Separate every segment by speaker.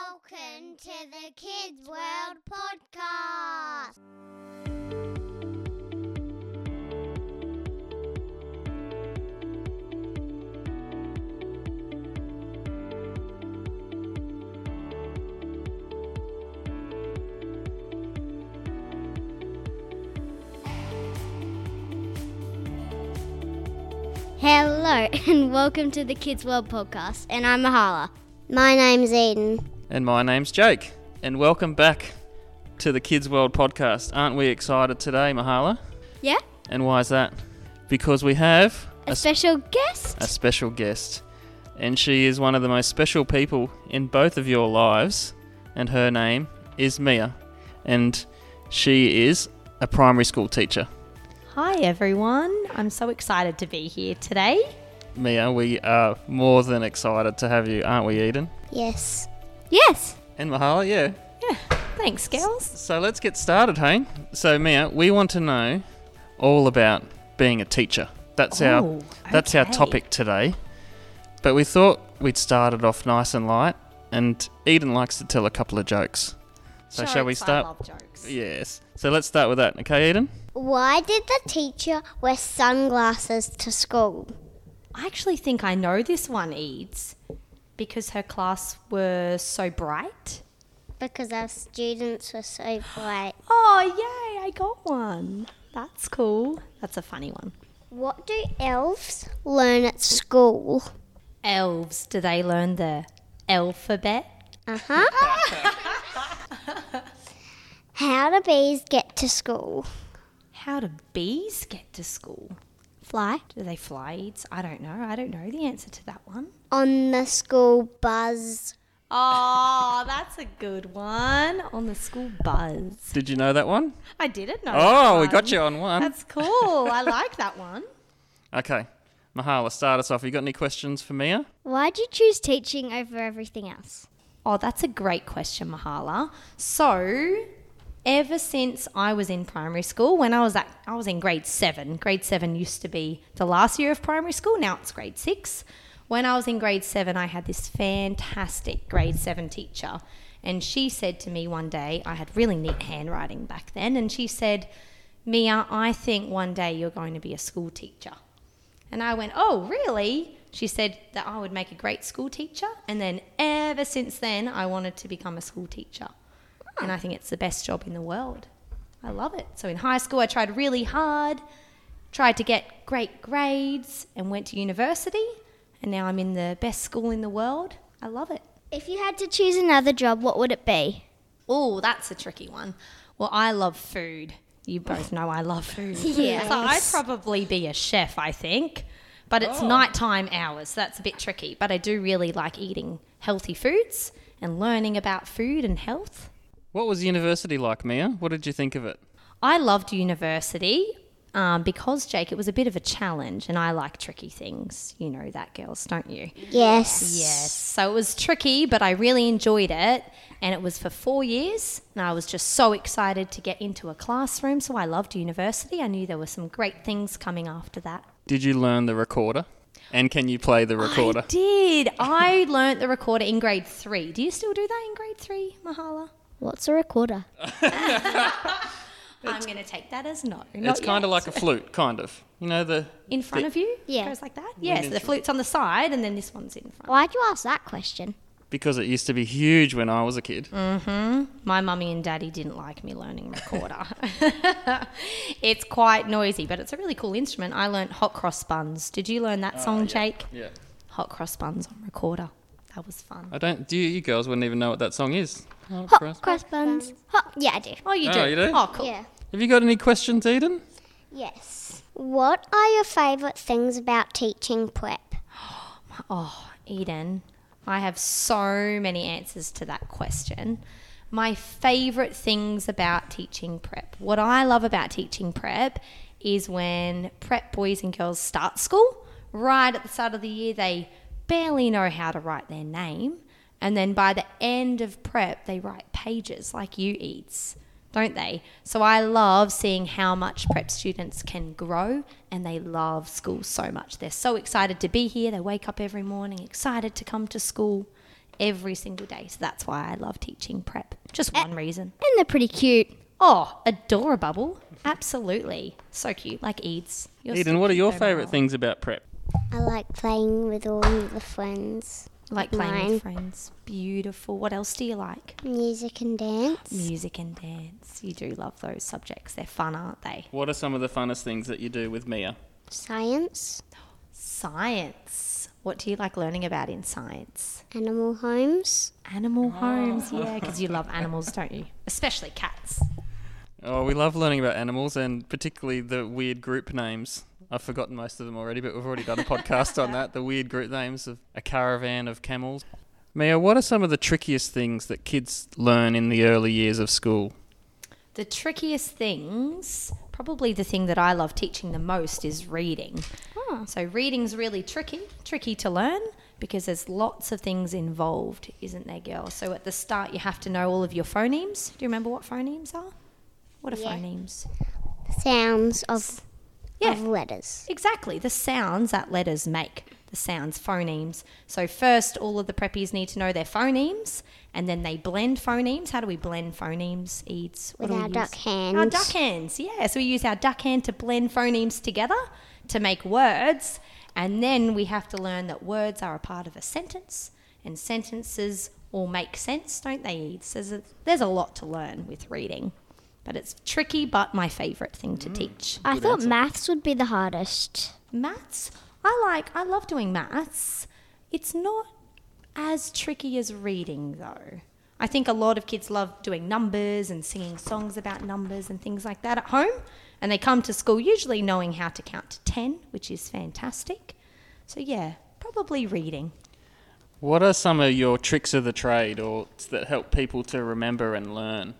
Speaker 1: Welcome to the Kids World Podcast. Hello and welcome to the Kids World Podcast, and I'm Mahala. My name's Eden.
Speaker 2: And my name's Jake. And welcome back to the Kids World podcast. Aren't we excited today, Mahala?
Speaker 1: Yeah?
Speaker 2: And why is that? Because we have
Speaker 1: A
Speaker 2: a, sp-
Speaker 1: special guest?
Speaker 2: a special guest. And she is one of the most special people in both of your lives. And her name is Mia. And she is a primary school teacher.
Speaker 3: Hi everyone. I'm so excited to be here today.
Speaker 2: Mia, we are more than excited to have you, aren't we, Eden?
Speaker 1: Yes. Yes.
Speaker 2: And Mahala, yeah.
Speaker 3: Yeah. Thanks, girls.
Speaker 2: So let's get started, hey? So Mia, we want to know all about being a teacher. That's our
Speaker 3: Oh,
Speaker 2: that's our
Speaker 3: okay.
Speaker 2: topic today. But we thought we'd start it off nice and light, and Eden likes to tell a couple of jokes. So shall we
Speaker 3: Jokes, I
Speaker 2: start?
Speaker 3: love jokes.
Speaker 2: Yes. So let's start with that, okay, Eden?
Speaker 1: Why did the teacher wear sunglasses to school?
Speaker 3: I actually think I know this one, Eads, because her class were so bright.
Speaker 1: Because our students were so bright.
Speaker 3: Oh, yay, I got one. That's cool. That's a funny one.
Speaker 1: What do elves learn at school?
Speaker 3: Elves, do they learn the alphabet?
Speaker 1: Uh huh. How do bees get to school?
Speaker 3: How do bees get to school?
Speaker 1: Fly.
Speaker 3: Do they fly, Eads? I don't know. I don't know the answer to that one.
Speaker 1: On the school buzz.
Speaker 3: Oh, that's a good one. On the school buzz.
Speaker 2: Did you know that one?
Speaker 3: I didn't know.
Speaker 2: Oh,
Speaker 3: that
Speaker 2: we
Speaker 3: one.
Speaker 2: got you on one.
Speaker 3: That's cool. I like that one.
Speaker 2: Okay. Mahala, start us off. You got any questions for Mia?
Speaker 1: Why'd you choose teaching over everything else?
Speaker 3: Oh, that's a great question, Mahala. So, ever since I was in primary school, when I was at, I was in grade seven. Grade seven used to be the last year of primary school. Now it's grade six. When I was in grade seven, I had this fantastic grade seven teacher, and she said to me one day, I had really neat handwriting back then, and she said, "Mia, I think one day you're going to be a school teacher." And I went, Oh, really? She said that I would make a great school teacher. And then ever since then, I wanted to become a school teacher. And I think it's the best job in the world. I love it. So in high school, I tried really hard, tried to get great grades, and went to university. And now I'm in the best school in the world. I love it.
Speaker 1: If you had to choose another job, what would it be?
Speaker 3: Oh, that's a tricky one. Well, I love food. You both know I love food.
Speaker 1: Yes.
Speaker 3: So I'd probably be a chef, I think. But it's nighttime hours, so that's a bit tricky. But I do really like eating healthy foods and learning about food and health.
Speaker 2: What was university like, Mia? What did you think of it?
Speaker 3: I loved university um, because, Jake, it was a bit of a challenge, and I like tricky things. You know that, girls, don't you?
Speaker 1: Yes.
Speaker 3: Yes. So it was tricky, but I really enjoyed it. And it was for four years. And I was just so excited to get into a classroom. So I loved university. I knew there were some great things coming after that.
Speaker 2: Did you learn the recorder? And can you play the recorder?
Speaker 3: I did. I learnt the recorder in grade three. Do you still do that in grade three, Mahala?
Speaker 1: What's a recorder?
Speaker 3: I'm going to take that as no.
Speaker 2: It's kind of like a flute, kind of. You know the
Speaker 3: in front of you.
Speaker 1: Yeah.
Speaker 3: Goes like that. Yes.
Speaker 2: in
Speaker 3: the
Speaker 2: front.
Speaker 3: flute's on the side, and then this one's in front.
Speaker 1: Why'd you ask that question?
Speaker 2: because it used to be huge when I was a kid.
Speaker 3: My mummy and daddy didn't like me learning recorder. it's quite noisy, but it's a really cool instrument. I learnt hot cross buns. Did you learn that song, Jake?
Speaker 2: Oh, Yeah.
Speaker 3: Hot cross buns on recorder. That was fun.
Speaker 2: I don't. Do you, you girls wouldn't even know what that song is? Oh, Christ.
Speaker 1: Crossbones. Hot. Yeah, I do.
Speaker 3: Oh, you
Speaker 2: Oh,
Speaker 3: do.
Speaker 2: you do?
Speaker 3: Oh, cool.
Speaker 1: Yeah.
Speaker 2: Have you got any questions, Eden?
Speaker 1: Yes. What are your favourite things about teaching prep?
Speaker 3: Oh, Eden, I have so many answers to that question. My favorite things about teaching prep. What I love about teaching prep is when prep boys and girls start school, right at the start of the year, they barely know how to write their name. And then by the end of prep, they write pages like you eats, don't they? So I love seeing how much prep students can grow and they love school so much. They're so excited to be here. They wake up every morning excited to come to school. every single day. So that's why I love teaching prep. Just one reason.
Speaker 1: And they're pretty cute.
Speaker 3: Oh, adorable. Absolutely. So cute. Like Eads. You're
Speaker 2: Eden,
Speaker 3: so
Speaker 2: what are
Speaker 3: cute
Speaker 2: your
Speaker 3: though,
Speaker 2: favourite
Speaker 3: Mahal.
Speaker 2: things about prep?
Speaker 4: I like playing with all the friends.
Speaker 3: Like playing
Speaker 4: Mine.
Speaker 3: with friends. Beautiful. What else do you like?
Speaker 4: Music and dance.
Speaker 3: Music and dance. You do love those subjects. They're fun, aren't they?
Speaker 2: What are some of the funnest things that you do with Mia?
Speaker 4: Science.
Speaker 3: Science. What do you like learning about in science?
Speaker 4: Animal homes.
Speaker 3: Animal homes. Yeah, because you love animals, don't you? Especially cats.
Speaker 2: Oh, we love learning about animals and particularly the weird group names. I've forgotten most of them already, but we've already done a podcast on that. The weird group names of a caravan of camels. Mia, what are some of the trickiest things that kids learn in the early years of school?
Speaker 3: The trickiest things, probably the thing that I love teaching the most, is reading. So, reading's really tricky, tricky to learn because there's lots of things involved, isn't there, girl? So, at the start, you have to know all of your phonemes. Do you remember what phonemes are? What are
Speaker 4: Yeah.
Speaker 3: phonemes?
Speaker 4: Sounds of,
Speaker 3: Yeah.
Speaker 4: of letters.
Speaker 3: Exactly, the sounds that letters make, the sounds, phonemes. So, first, all of the preppies need to know their phonemes and then they blend phonemes. How do we blend phonemes, Eads?
Speaker 4: With
Speaker 3: What do we
Speaker 4: our
Speaker 3: use?
Speaker 4: duck hands.
Speaker 3: Our duck hands, yeah. So, we use our duck hand to blend phonemes together to make words. And then we have to learn that words are a part of a sentence and sentences all make sense, don't they, Eads? There's a, there's a lot to learn with reading. But it's tricky, but my favourite thing to teach.
Speaker 1: I thought maths would be the hardest.
Speaker 3: Maths, I like, I love doing maths. It's not as tricky as reading, though. I think a lot of kids love doing numbers and singing songs about numbers and things like that at home. And they come to school usually knowing how to count to 10, which is fantastic. So, yeah, probably reading.
Speaker 2: What are some of your tricks of the trade or that help people to remember and learn?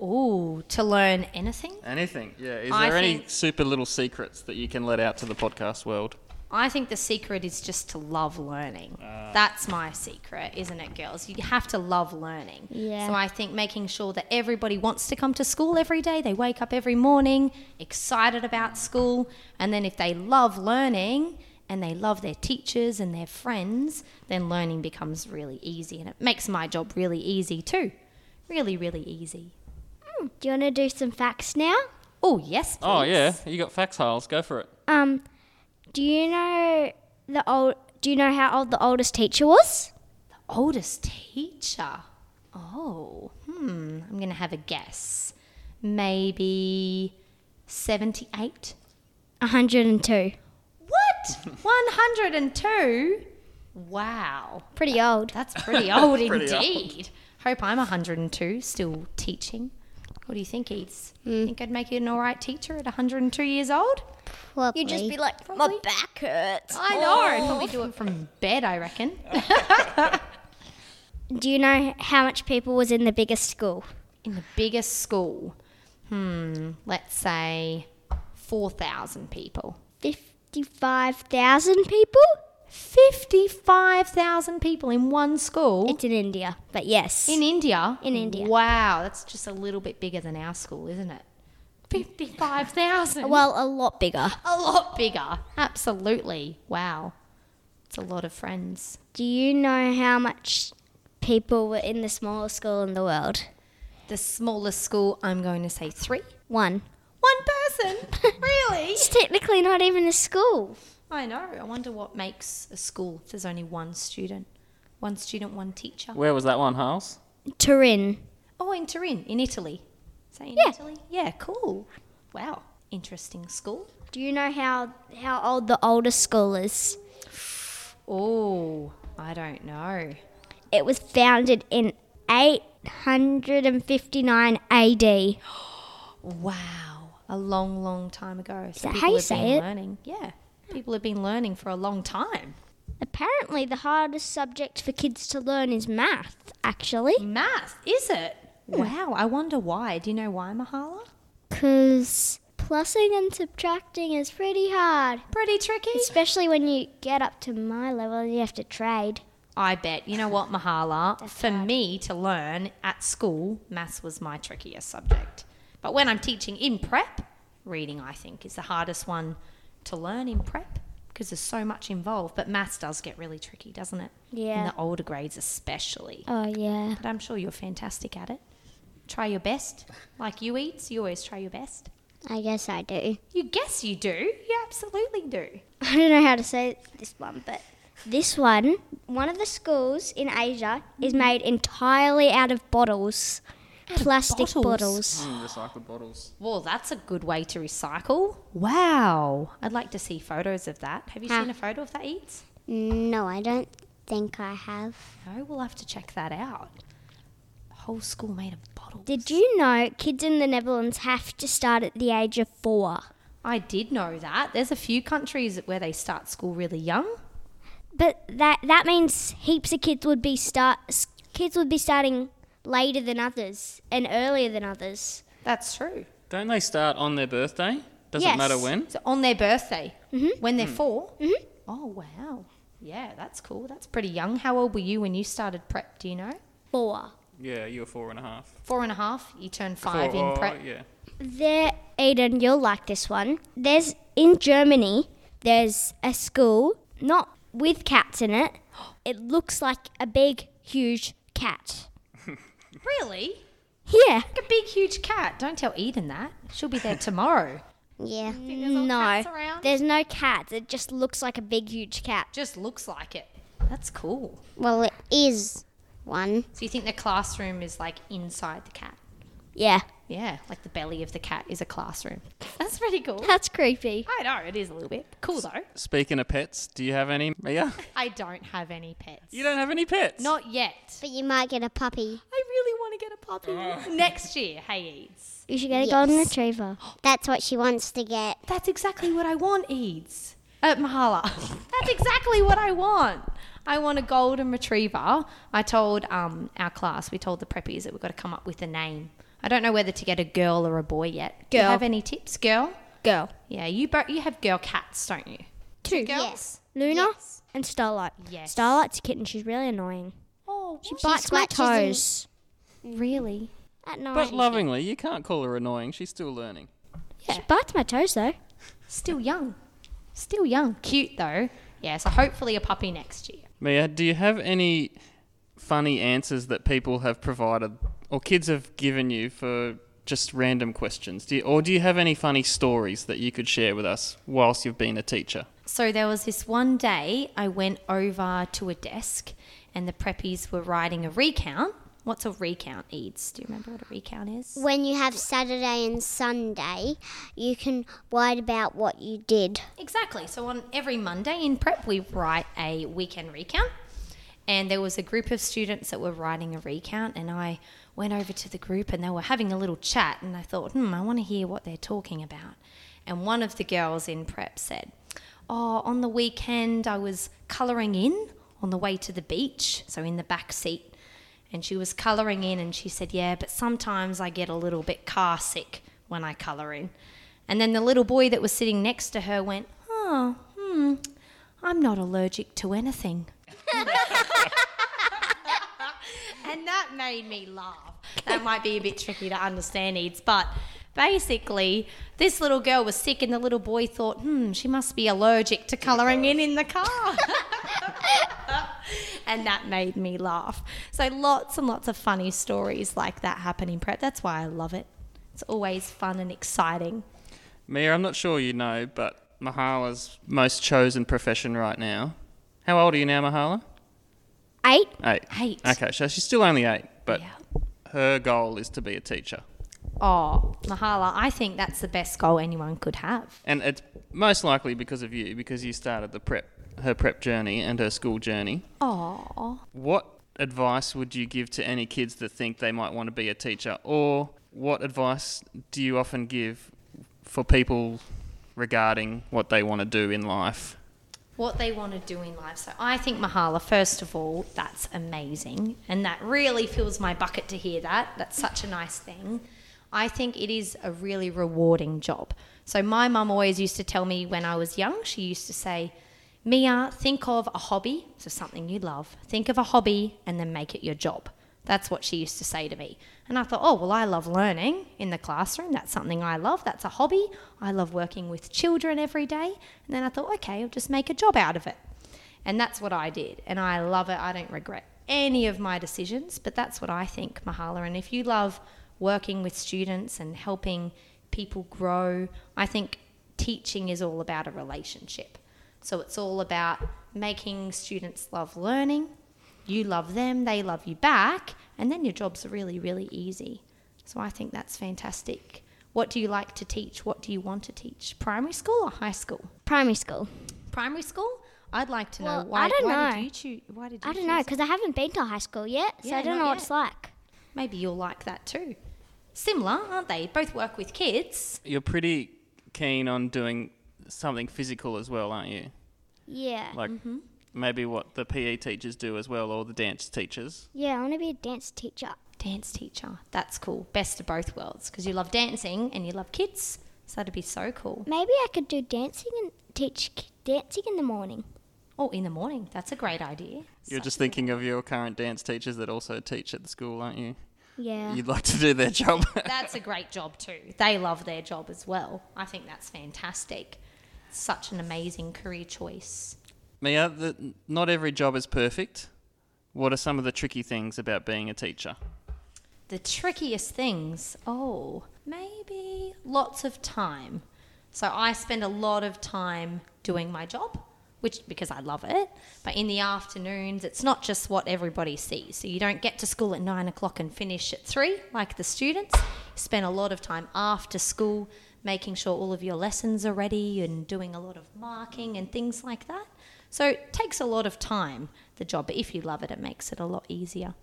Speaker 3: Ooh, to learn anything?
Speaker 2: Anything, yeah. Is
Speaker 3: I
Speaker 2: there any
Speaker 3: think-
Speaker 2: super little secrets that you can let out to the podcast world?
Speaker 3: I think the secret is just to love learning.
Speaker 2: Ah.
Speaker 3: That's my secret, isn't it, girls? You have to love learning.
Speaker 1: Yeah.
Speaker 3: So I think making sure that everybody wants to come to school every day, they wake up every morning excited about school, and then if they love learning and they love their teachers and their friends, then learning becomes really easy and it makes my job really easy too. Really, really easy.
Speaker 1: Do you want to do some facts now?
Speaker 3: Oh, yes. Please.
Speaker 2: Oh yeah, you got fax files. Go for it.
Speaker 1: Um, do you know the old? Do you know how old the oldest teacher was?
Speaker 3: Oldest teacher. Oh, hmm. I'm going to have a guess. Maybe 78.
Speaker 1: 102.
Speaker 3: What? 102? Wow.
Speaker 1: Pretty old.
Speaker 3: That's pretty old
Speaker 2: Pretty old.
Speaker 3: indeed. Hope I'm 102, still teaching. What do you think, Eats? Think I'd make you an all right teacher at 102 years old?
Speaker 4: Probably.
Speaker 5: You'd just be like,
Speaker 3: Probably.
Speaker 5: my back hurts.
Speaker 3: I know. I'd probably do it from bed, I reckon.
Speaker 1: Do you know how much people was in the biggest school?
Speaker 3: In the biggest school, hmm, let's say 4,000 people.
Speaker 1: 55,000 people?
Speaker 3: 55,000 people in one school
Speaker 1: It's in India, but yes.
Speaker 3: in India.
Speaker 1: In India.
Speaker 3: Wow, that's just a little bit bigger than our school, isn't it? 55,000.
Speaker 1: well, a lot bigger.
Speaker 3: a lot bigger. Absolutely. Wow. It's a lot of friends.
Speaker 1: Do you know how much people were in the smallest school in the world?
Speaker 3: The smallest school, I'm going to say three.
Speaker 1: One.
Speaker 3: One person? really?
Speaker 1: It's technically not even a school.
Speaker 3: I know. I wonder what makes a school if there's only one student. One student, one teacher.
Speaker 2: Where was that one, Hiles?
Speaker 1: Turin.
Speaker 3: Oh, in Turin, in Italy. Is that in
Speaker 1: Yeah.
Speaker 3: Italy? Yeah, cool. Wow. Interesting school.
Speaker 1: Do you know how, how old the oldest school is?
Speaker 3: Oh, I don't know.
Speaker 1: It was founded in 859 AD.
Speaker 3: Wow. A long, long time ago. So
Speaker 1: that
Speaker 3: people
Speaker 1: how you
Speaker 3: have
Speaker 1: say
Speaker 3: been
Speaker 1: it?
Speaker 3: learning. Yeah. People have been learning for a long time.
Speaker 1: Apparently, the hardest subject for kids to learn is math, actually.
Speaker 3: Math, is it? Wow, I wonder why. Do you know why, Mahala?
Speaker 1: Because plussing and subtracting is pretty hard,
Speaker 3: Pretty tricky.
Speaker 1: especially when you get up to my level and you have to trade.
Speaker 3: I bet. You know what, Mahala? For me to learn at school, maths was my trickiest subject. But when I'm teaching in prep, reading I think is the hardest one to learn in prep. because there's so much involved. But maths does get really tricky, doesn't it? In
Speaker 4: Yeah.
Speaker 3: the older grades, especially.
Speaker 4: Oh, yeah.
Speaker 3: But I'm sure you're fantastic at it. Try your best. Like you eats, you always try your best.
Speaker 4: I guess I do.
Speaker 3: You guess you do. You absolutely do.
Speaker 4: I don't know how to say this one, but this one, one of the schools in Asia is made entirely out of bottles, plastic bottles.
Speaker 3: bottles?
Speaker 2: recycled bottles.
Speaker 3: Well, that's a good way to recycle. Wow. I'd like to see photos of that. Have you
Speaker 4: Huh.
Speaker 3: seen a photo of that eats?
Speaker 4: No, I don't think I have.
Speaker 3: No, we'll have to check that out. Whole school made of bottles.
Speaker 4: Did you know kids in the Netherlands have to start at the age of four?
Speaker 3: I did know that. There's a few countries where they start school really young.
Speaker 4: But that that means heaps of kids would be start s- kids would be starting later than others and earlier than others.
Speaker 3: That's true.
Speaker 2: Don't they start on their birthday? Doesn't
Speaker 4: Yes.
Speaker 2: matter when.
Speaker 3: So on their birthday, when they're 4 Mm-hmm. Oh wow. Yeah, that's cool. That's pretty young. How old were you when you started prep? Do you know?
Speaker 4: Four.
Speaker 2: Yeah, you were four and a half. oh,
Speaker 3: Four and a half. You turned five in prep.
Speaker 2: Yeah.
Speaker 4: There, Aiden, you'll like this one. There's in Germany. There's a school not with cats in it. It looks like a big, huge cat.
Speaker 3: Really?
Speaker 4: Yeah.
Speaker 3: Like a big, huge cat. Don't tell Eden that. She'll be there tomorrow.
Speaker 4: Yeah.
Speaker 3: there's all
Speaker 4: No.
Speaker 3: cats around?
Speaker 4: There's no cats. It just looks like a big, huge cat.
Speaker 3: Just looks like it. That's cool.
Speaker 1: Well, it is one.
Speaker 3: So you think the classroom is like inside the cat?
Speaker 4: Yeah.
Speaker 3: Yeah, like the belly of the cat is a classroom. That's pretty cool.
Speaker 4: That's creepy.
Speaker 3: I know it is a little bit cool though.
Speaker 2: Speaking of pets, do you have any? Mia?
Speaker 3: I don't have any pets.
Speaker 2: You don't have any pets?
Speaker 3: Not yet.
Speaker 1: But you might get a puppy.
Speaker 3: I really want to get a puppy next year. Hey, Eads.
Speaker 4: You should get a golden
Speaker 1: Yes.
Speaker 4: retriever.
Speaker 1: That's what she wants to get.
Speaker 3: That's exactly what I want, Eads. Uh, Mahala. That's exactly what I want. I want a golden retriever. I told um, our class, we told the preppies that we've got to come up with a name. I don't know whether to get a girl or a boy yet. Do you
Speaker 4: Girl.
Speaker 3: have any tips, girl?
Speaker 4: Girl.
Speaker 3: Yeah, you bo- you have girl cats, don't you?
Speaker 4: Two.
Speaker 3: Girls?
Speaker 1: Yes.
Speaker 4: Luna and Starlight.
Speaker 3: Yes.
Speaker 4: Starlight's a kitten. She's really annoying.
Speaker 3: Oh,
Speaker 4: She
Speaker 1: She
Speaker 4: bites my
Speaker 1: scratches and-
Speaker 4: toes.
Speaker 3: really?
Speaker 4: At night.
Speaker 2: But lovingly, you can't call her annoying. She's still learning.
Speaker 4: She bites my toes though.
Speaker 3: Still young. Still young. Cute though. Yeah, so hopefully a puppy next year.
Speaker 2: Mia, do you have any funny answers that people have provided or kids have given you for just random questions? Do you, or do you have any funny stories that you could share with us whilst you've been a teacher?
Speaker 3: So there was this one day I went over to a desk and the preppies were writing a recount. What's a recount, Eads? Do you remember what a recount is?
Speaker 1: When you have Saturday and Sunday, you can write about what you did.
Speaker 3: Exactly. So on every Monday in prep, we write a weekend recount. And there was a group of students that were writing a recount, and I went over to the group and they were having a little chat. And I thought, hmm, I want to hear what they're talking about. And one of the girls in prep said, Oh, on the weekend, I was colouring in on the way to the beach, so in the back seat. And she was colouring in and she said, Yeah, but sometimes I get a little bit car sick when I colour in. And then the little boy that was sitting next to her went, Oh, hmm, I'm not allergic to anything. and that made me laugh. That might be a bit tricky to understand, Eds, but basically, this little girl was sick, and the little boy thought, hmm, she must be allergic to colouring in in the car. and that made me laugh. So, lots and lots of funny stories like that happen in prep. That's why I love it. It's always fun and exciting.
Speaker 2: Mia, I'm not sure you know, but Mahala's most chosen profession right now. How old are you now, Mahala?
Speaker 4: Eight.
Speaker 2: Eight.
Speaker 3: Eight.
Speaker 2: Okay, so she's still only eight, but
Speaker 3: Yeah.
Speaker 2: her goal is to be a teacher.
Speaker 3: Oh, Mahala, I think that's the best goal anyone could have.
Speaker 2: And it's most likely because of you, because you started the prep, her prep journey and her school journey.
Speaker 3: Oh.
Speaker 2: What advice would you give to any kids that think they might want to be a teacher? Or what advice do you often give for people regarding what they want to do in life?
Speaker 3: what they want to do in life. So I think Mahala, first of all, that's amazing. And that really fills my bucket to hear that. That's such a nice thing. I think it is a really rewarding job. So my mum always used to tell me when I was young, she used to say, Mia, think of a hobby, so something you love. Think of a hobby and then make it your job. That's what she used to say to me. And I thought, oh, well, I love learning in the classroom. That's something I love. That's a hobby. I love working with children every day. And then I thought, okay, I'll just make a job out of it. And that's what I did. And I love it. I don't regret any of my decisions, but that's what I think, Mahala. And if you love working with students and helping people grow, I think teaching is all about a relationship. So it's all about making students love learning. You love them, they love you back, and then your job's really, really easy. So I think that's fantastic. What do you like to teach? What do you want to teach? Primary school or high school?
Speaker 4: Primary school.
Speaker 3: Primary school? I'd like to know
Speaker 4: Well,
Speaker 3: why.
Speaker 4: I don't
Speaker 3: why
Speaker 4: know.
Speaker 3: Did you choose, why did you
Speaker 4: I don't know
Speaker 3: choose
Speaker 4: because I haven't been to high school yet, so
Speaker 3: Yeah,
Speaker 4: I don't
Speaker 3: not
Speaker 4: know what
Speaker 3: yet.
Speaker 4: it's like.
Speaker 3: Maybe you'll like that too. Similar, aren't they? Both work with kids.
Speaker 2: You're pretty keen on doing something physical as well, aren't you?
Speaker 4: Yeah.
Speaker 2: Like maybe what the PE teachers do as well, or the dance teachers.
Speaker 4: yeah, I want to be a dance teacher.
Speaker 3: Dance teacher. That's cool. Best of both worlds because you love dancing and you love kids. So that'd be so cool.
Speaker 4: Maybe I could do dancing and teach k- dancing in the morning.
Speaker 3: Oh, in the morning. That's a great idea.
Speaker 2: You're just thinking of your current dance teachers that also teach at the school, aren't you?
Speaker 4: Yeah.
Speaker 2: You'd like to do their job.
Speaker 3: That's a great job too. They love their job as well. I think that's fantastic. Such an amazing career choice.
Speaker 2: Mia, uh, the, not every job is perfect. What are some of the tricky things about being a teacher?
Speaker 3: The trickiest things. Oh, maybe lots of time. So I spend a lot of time doing my job, which because I love it. But in the afternoons, it's not just what everybody sees. So you don't get to school at nine o'clock and finish at three like the students. You spend a lot of time after school making sure all of your lessons are ready and doing a lot of marking and things like that. So it takes a lot of time, the job. But if you love it, it makes it a lot easier,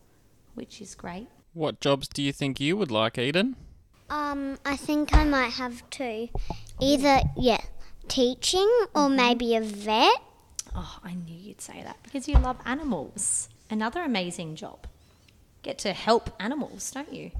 Speaker 3: which is great.
Speaker 2: What jobs do you think you would like, Eden?
Speaker 1: Um, I think I might have two. Either, yeah, teaching or maybe a vet.
Speaker 3: Oh, I knew you'd say that because you love animals. Another amazing job. Get to help animals, don't you?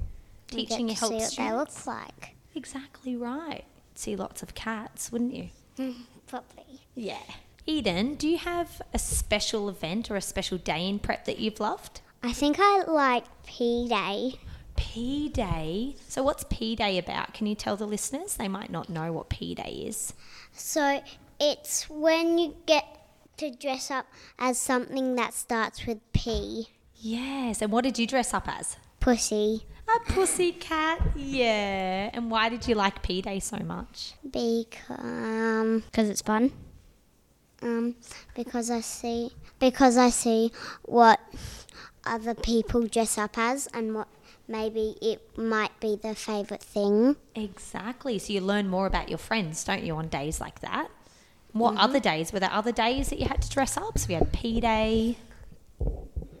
Speaker 1: We get
Speaker 3: Teaching
Speaker 1: to
Speaker 3: helps
Speaker 1: see what they
Speaker 3: students.
Speaker 1: look like.
Speaker 3: Exactly right. See lots of cats, wouldn't you?
Speaker 1: Probably.
Speaker 3: Yeah. Eden, do you have a special event or a special day in prep that you've loved?
Speaker 1: I think I like P Day.
Speaker 3: P Day. So, what's P Day about? Can you tell the listeners? They might not know what P Day is.
Speaker 1: So it's when you get to dress up as something that starts with P.
Speaker 3: Yes. And what did you dress up as?
Speaker 1: Pussy.
Speaker 3: A pussy cat. Yeah. And why did you like P Day so much?
Speaker 1: Because um,
Speaker 4: Because it's fun.
Speaker 1: um, because I see because I see what other people dress up as and what maybe it might be their favorite thing.
Speaker 3: Exactly. So you learn more about your friends, don't you, on days like that? What other days? Were there other days that you had to dress up? So we had P Day.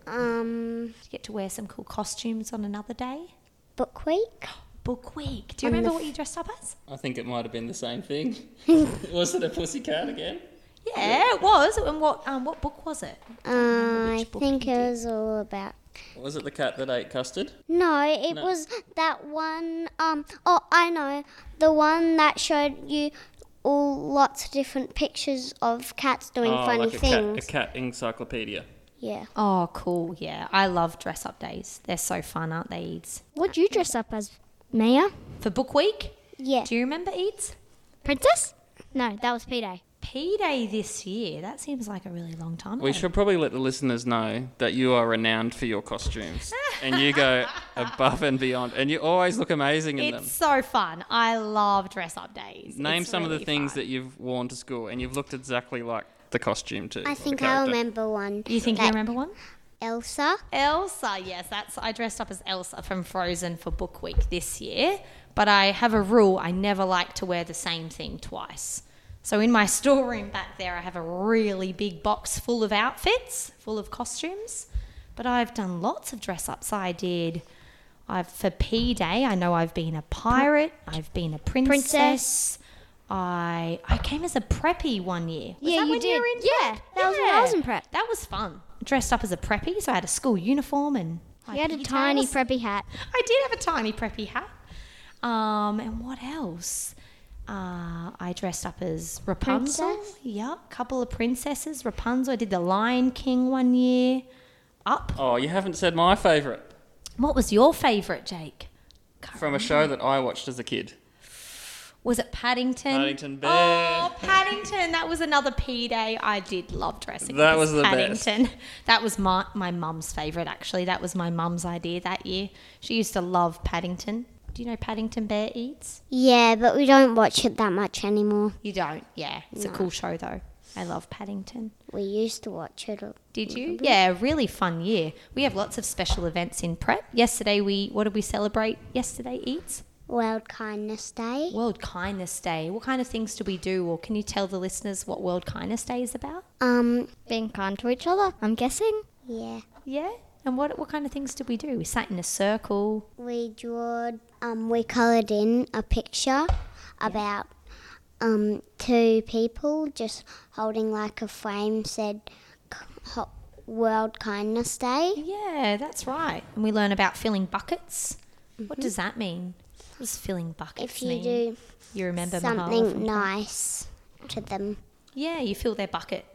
Speaker 1: Um,
Speaker 3: Did you get to wear some cool costumes on another day?
Speaker 1: book week.
Speaker 3: Book week. Do you
Speaker 1: On the
Speaker 3: remember
Speaker 1: f-
Speaker 3: what you dressed up as?
Speaker 2: I think it might have been the same thing. was it a pussycat again?
Speaker 3: Yeah, it was. And what um, what book was it?
Speaker 1: Uh, I
Speaker 3: which book
Speaker 1: think
Speaker 3: you
Speaker 1: it
Speaker 3: did.
Speaker 1: was all about
Speaker 2: Was it the cat that ate custard?
Speaker 1: No, it
Speaker 2: No.
Speaker 1: was that one. Um, oh, I know the one that showed you all lots of different pictures of cats doing funny
Speaker 2: Oh, like a cat, a
Speaker 1: things.
Speaker 2: cat encyclopedia.
Speaker 1: Yeah.
Speaker 3: Oh, cool. Yeah, I love dress up days. They're so fun, aren't they, Eads?
Speaker 4: What'd you dress up as, Maya?
Speaker 3: For book week,
Speaker 1: Yeah.
Speaker 3: do you remember Eads?
Speaker 4: Princess? No, that was P Day.
Speaker 3: P Day this year. That seems like a really long time ago.
Speaker 2: We should probably let the listeners know that you are renowned for your costumes and you go above and beyond, and you always look amazing in
Speaker 3: It's so fun. I love dress up days.
Speaker 2: them. Name
Speaker 3: It's
Speaker 2: some of the
Speaker 3: really
Speaker 2: things
Speaker 3: fun.
Speaker 2: that you've worn to school, and you've looked exactly like the costume too.
Speaker 1: I think I remember one.
Speaker 3: You think you
Speaker 1: Like
Speaker 3: remember one?
Speaker 1: Elsa?
Speaker 3: Elsa, yes, that's I dressed up as Elsa from Frozen for book week this year, but I have a rule I never like to wear the same thing twice. So in my storeroom back there I have a really big box full of outfits, full of costumes, but I've done lots of dress ups. I did I've for P Day, I know I've been a pirate, I've been a princess. I I came as a preppy one year. Was
Speaker 4: Yeah,
Speaker 3: that
Speaker 4: you
Speaker 3: when you
Speaker 4: did.
Speaker 3: were in
Speaker 4: Yeah,
Speaker 3: prep?
Speaker 4: that was when I was in prep.
Speaker 3: That was fun. Dressed up as a preppy, so I had a school uniform and
Speaker 4: You
Speaker 3: like
Speaker 4: had a
Speaker 3: pigtails.
Speaker 4: tiny preppy hat.
Speaker 3: I did have a tiny preppy hat. Um, and what else? Uh, I dressed up as Rapunzel.
Speaker 1: Princess?
Speaker 3: Yeah, couple of princesses. Rapunzel. I did the Lion King one year. Up.
Speaker 2: Oh, you haven't said my favourite.
Speaker 3: What was your favourite, Jake?
Speaker 2: From a show that I watched as a kid.
Speaker 3: Was it Paddington?
Speaker 2: Paddington Bear.
Speaker 3: Oh, Paddington. That was another P day. I did love dressing.
Speaker 2: That
Speaker 3: up
Speaker 2: was
Speaker 3: as
Speaker 2: the best.
Speaker 3: Paddington. That was my my mum's favourite. Actually, that was my mum's idea that year. She used to love Paddington. Do you know Paddington Bear Eats?
Speaker 1: Yeah, but we don't watch it that much anymore.
Speaker 3: You don't. Yeah, it's a cool show though. I love Paddington.
Speaker 1: We used to watch it.
Speaker 3: Did you? Yeah, really fun year. We have lots of special events in prep. Yesterday we what did we celebrate? Yesterday eats
Speaker 1: World Kindness Day.
Speaker 3: World Kindness Day. What kind of things do we do? Or can you tell the listeners what World Kindness Day is about?
Speaker 1: Um,
Speaker 4: Being kind to each other, I'm guessing.
Speaker 1: yeah.
Speaker 3: Yeah. And what what kind of things did we do? We sat in a circle.
Speaker 1: We drawed, um, we coloured in a picture about um, two people just holding like a frame said c- ho- World Kindness Day.
Speaker 3: Yeah, that's right. And we learn about filling buckets. What does that mean? What does filling buckets
Speaker 1: Mm-hmm. If you
Speaker 3: mean?
Speaker 1: do
Speaker 3: you remember Mahala
Speaker 1: something
Speaker 3: from-
Speaker 1: nice to them
Speaker 3: Yeah, you fill their bucket.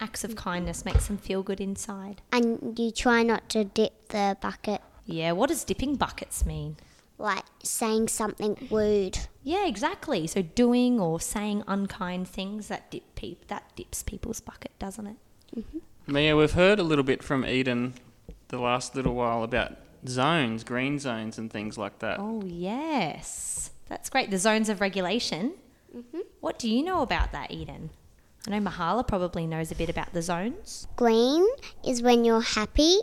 Speaker 3: Acts
Speaker 1: Mm-hmm.
Speaker 3: of kindness makes them feel good inside.
Speaker 1: and you try not to dip the bucket,
Speaker 3: Yeah, what does dipping buckets mean?
Speaker 1: like saying something rude.
Speaker 3: Yeah, exactly. So doing or saying unkind things that dip peop- that dips people's bucket, doesn't it?
Speaker 2: Mia, we've heard a little bit from Eden the last little while about zones, green zones, and things like that.
Speaker 3: Oh yes, that's great. The zones of regulation. What do you know about that, Eden? I know Mahala probably knows a bit about the zones.
Speaker 1: Green is when you're happy.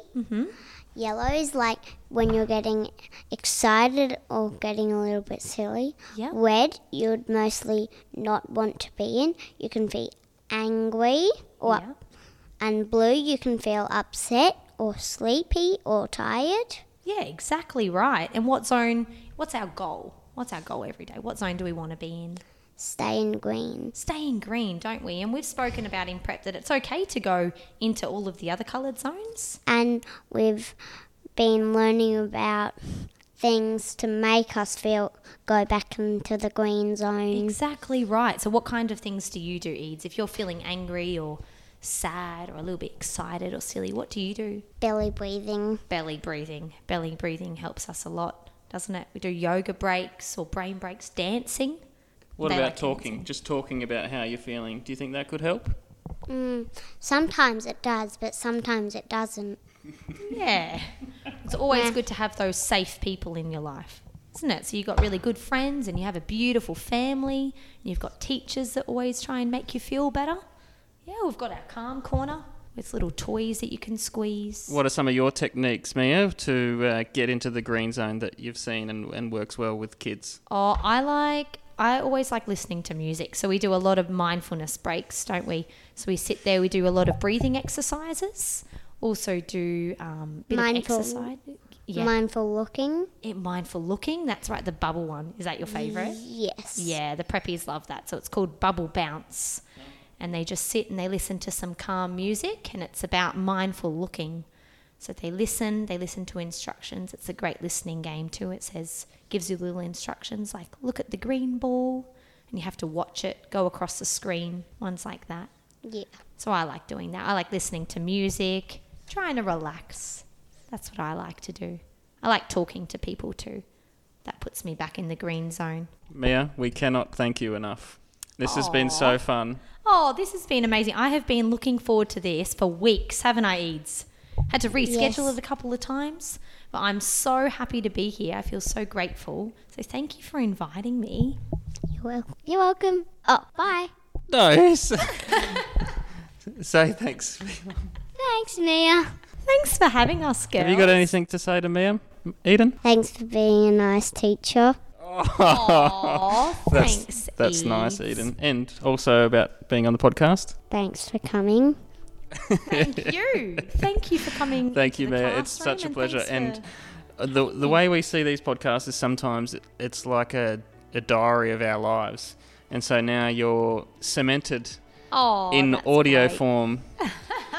Speaker 1: Yellow is like when you're getting excited or getting a little bit silly.
Speaker 3: Yeah.
Speaker 1: Red, you'd mostly not want to be in. You can be angry or
Speaker 3: Yeah.
Speaker 1: and blue, you can feel upset or sleepy or tired.
Speaker 3: Yeah, exactly right. And what zone? What's our goal? What's our goal every day? What zone do we want to be in?
Speaker 1: Stay in green.
Speaker 3: Stay in green, don't we? And we've spoken about in prep that it's okay to go into all of the other coloured zones.
Speaker 1: And we've been learning about things to make us feel go back into the green zone.
Speaker 3: Exactly right. So, what kind of things do you do, Eads? If you're feeling angry or sad or a little bit excited or silly, what do you do?
Speaker 1: Belly breathing.
Speaker 3: Belly breathing. Belly breathing helps us a lot, doesn't it? We do yoga breaks or brain breaks, dancing.
Speaker 2: what
Speaker 3: they
Speaker 2: about
Speaker 3: like
Speaker 2: talking?
Speaker 3: dancing.
Speaker 2: Just talking about how you're feeling. Do you think that could help?
Speaker 1: Mm, sometimes it does, but sometimes it doesn't.
Speaker 3: Yeah. It's always
Speaker 1: Yeah.
Speaker 3: good to have those safe people in your life, isn't it? So, you've got really good friends and you have a beautiful family, and you've got teachers that always try and make you feel better. Yeah, we've got our calm corner with little toys that you can squeeze.
Speaker 2: What are some of your techniques, Mia, to uh, get into the green zone that you've seen and, and works well with kids?
Speaker 3: Oh, I like. I always like listening to music. So we do a lot of mindfulness breaks, don't we? So we sit there. We do a lot of breathing exercises. Also do um, bit
Speaker 1: Mindful.
Speaker 3: of exercise. Yeah,
Speaker 1: Mindful looking.
Speaker 3: it- mindful looking. That's right. The bubble one is that your favorite?
Speaker 1: Yes.
Speaker 3: Yeah, the preppies love that. So it's called Bubble Bounce. And they just sit and they listen to some calm music, and it's about mindful looking. So they listen, they listen to instructions. It's a great listening game too. It says, gives you little instructions like look at the green ball, and you have to watch it go across the screen, ones like that.
Speaker 1: Yeah.
Speaker 3: So I like doing that. I like listening to music, trying to relax. That's what I like to do. I like talking to people too. That puts me back in the green zone.
Speaker 2: Mia, we cannot thank you enough. This has been so fun.
Speaker 3: Oh, this has been amazing. I have been looking forward to this for weeks, haven't I, Eads? Had to reschedule
Speaker 1: Yes.
Speaker 3: it a couple of times, but I'm so happy to be here. I feel so grateful. So thank you for inviting me.
Speaker 1: You're welcome. You're welcome. Oh, bye.
Speaker 2: Nice. Say thanks.
Speaker 1: Thanks, Mia.
Speaker 3: Thanks for having us, girls.
Speaker 2: Have you got anything to say to Mia, Eden?
Speaker 1: Thanks for being a nice teacher.
Speaker 3: Aw,
Speaker 2: That's-
Speaker 3: thanks.
Speaker 2: That's
Speaker 3: Eads.
Speaker 2: nice, Eden. And also about being on the podcast.
Speaker 1: Thanks for coming.
Speaker 3: Thank you. Thank you for coming.
Speaker 2: Thank
Speaker 3: to
Speaker 2: you,
Speaker 3: the
Speaker 2: Mayor. It's
Speaker 3: classroom,
Speaker 2: such a
Speaker 3: and
Speaker 2: pleasure. And
Speaker 3: thanks for-
Speaker 2: uh, the the way we see these podcasts is sometimes it- it's like a, a diary of our lives. And so now you're cemented
Speaker 3: Aw,
Speaker 2: in
Speaker 3: Oh, that's
Speaker 2: audio
Speaker 3: great.
Speaker 2: form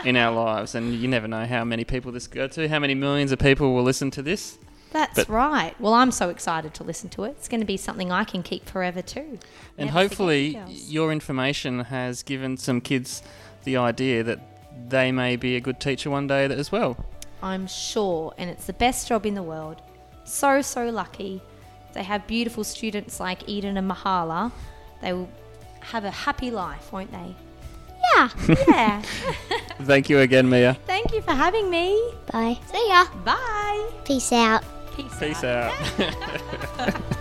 Speaker 2: in our lives. And you never know how many people this go to, how many millions of people will listen to this.
Speaker 3: That's
Speaker 2: but-
Speaker 3: right. Well, I'm so excited to listen to it. It's going to be something I can keep forever too.
Speaker 2: And
Speaker 3: Never forget
Speaker 2: hopefully,
Speaker 3: the girls.
Speaker 2: your information has given some kids the idea that they may be a good teacher one day as well.
Speaker 3: I'm sure, and it's the best job in the world. So, so lucky. They have beautiful students like Eden and Mahala. They will have a happy life, won't they?
Speaker 4: Yeah.
Speaker 3: Yeah.
Speaker 2: Thank you again, Mia.
Speaker 3: Thank you for having me.
Speaker 1: Bye.
Speaker 4: See ya.
Speaker 3: Bye.
Speaker 1: Peace out.
Speaker 3: Peace,
Speaker 2: Peace
Speaker 3: out.
Speaker 2: out.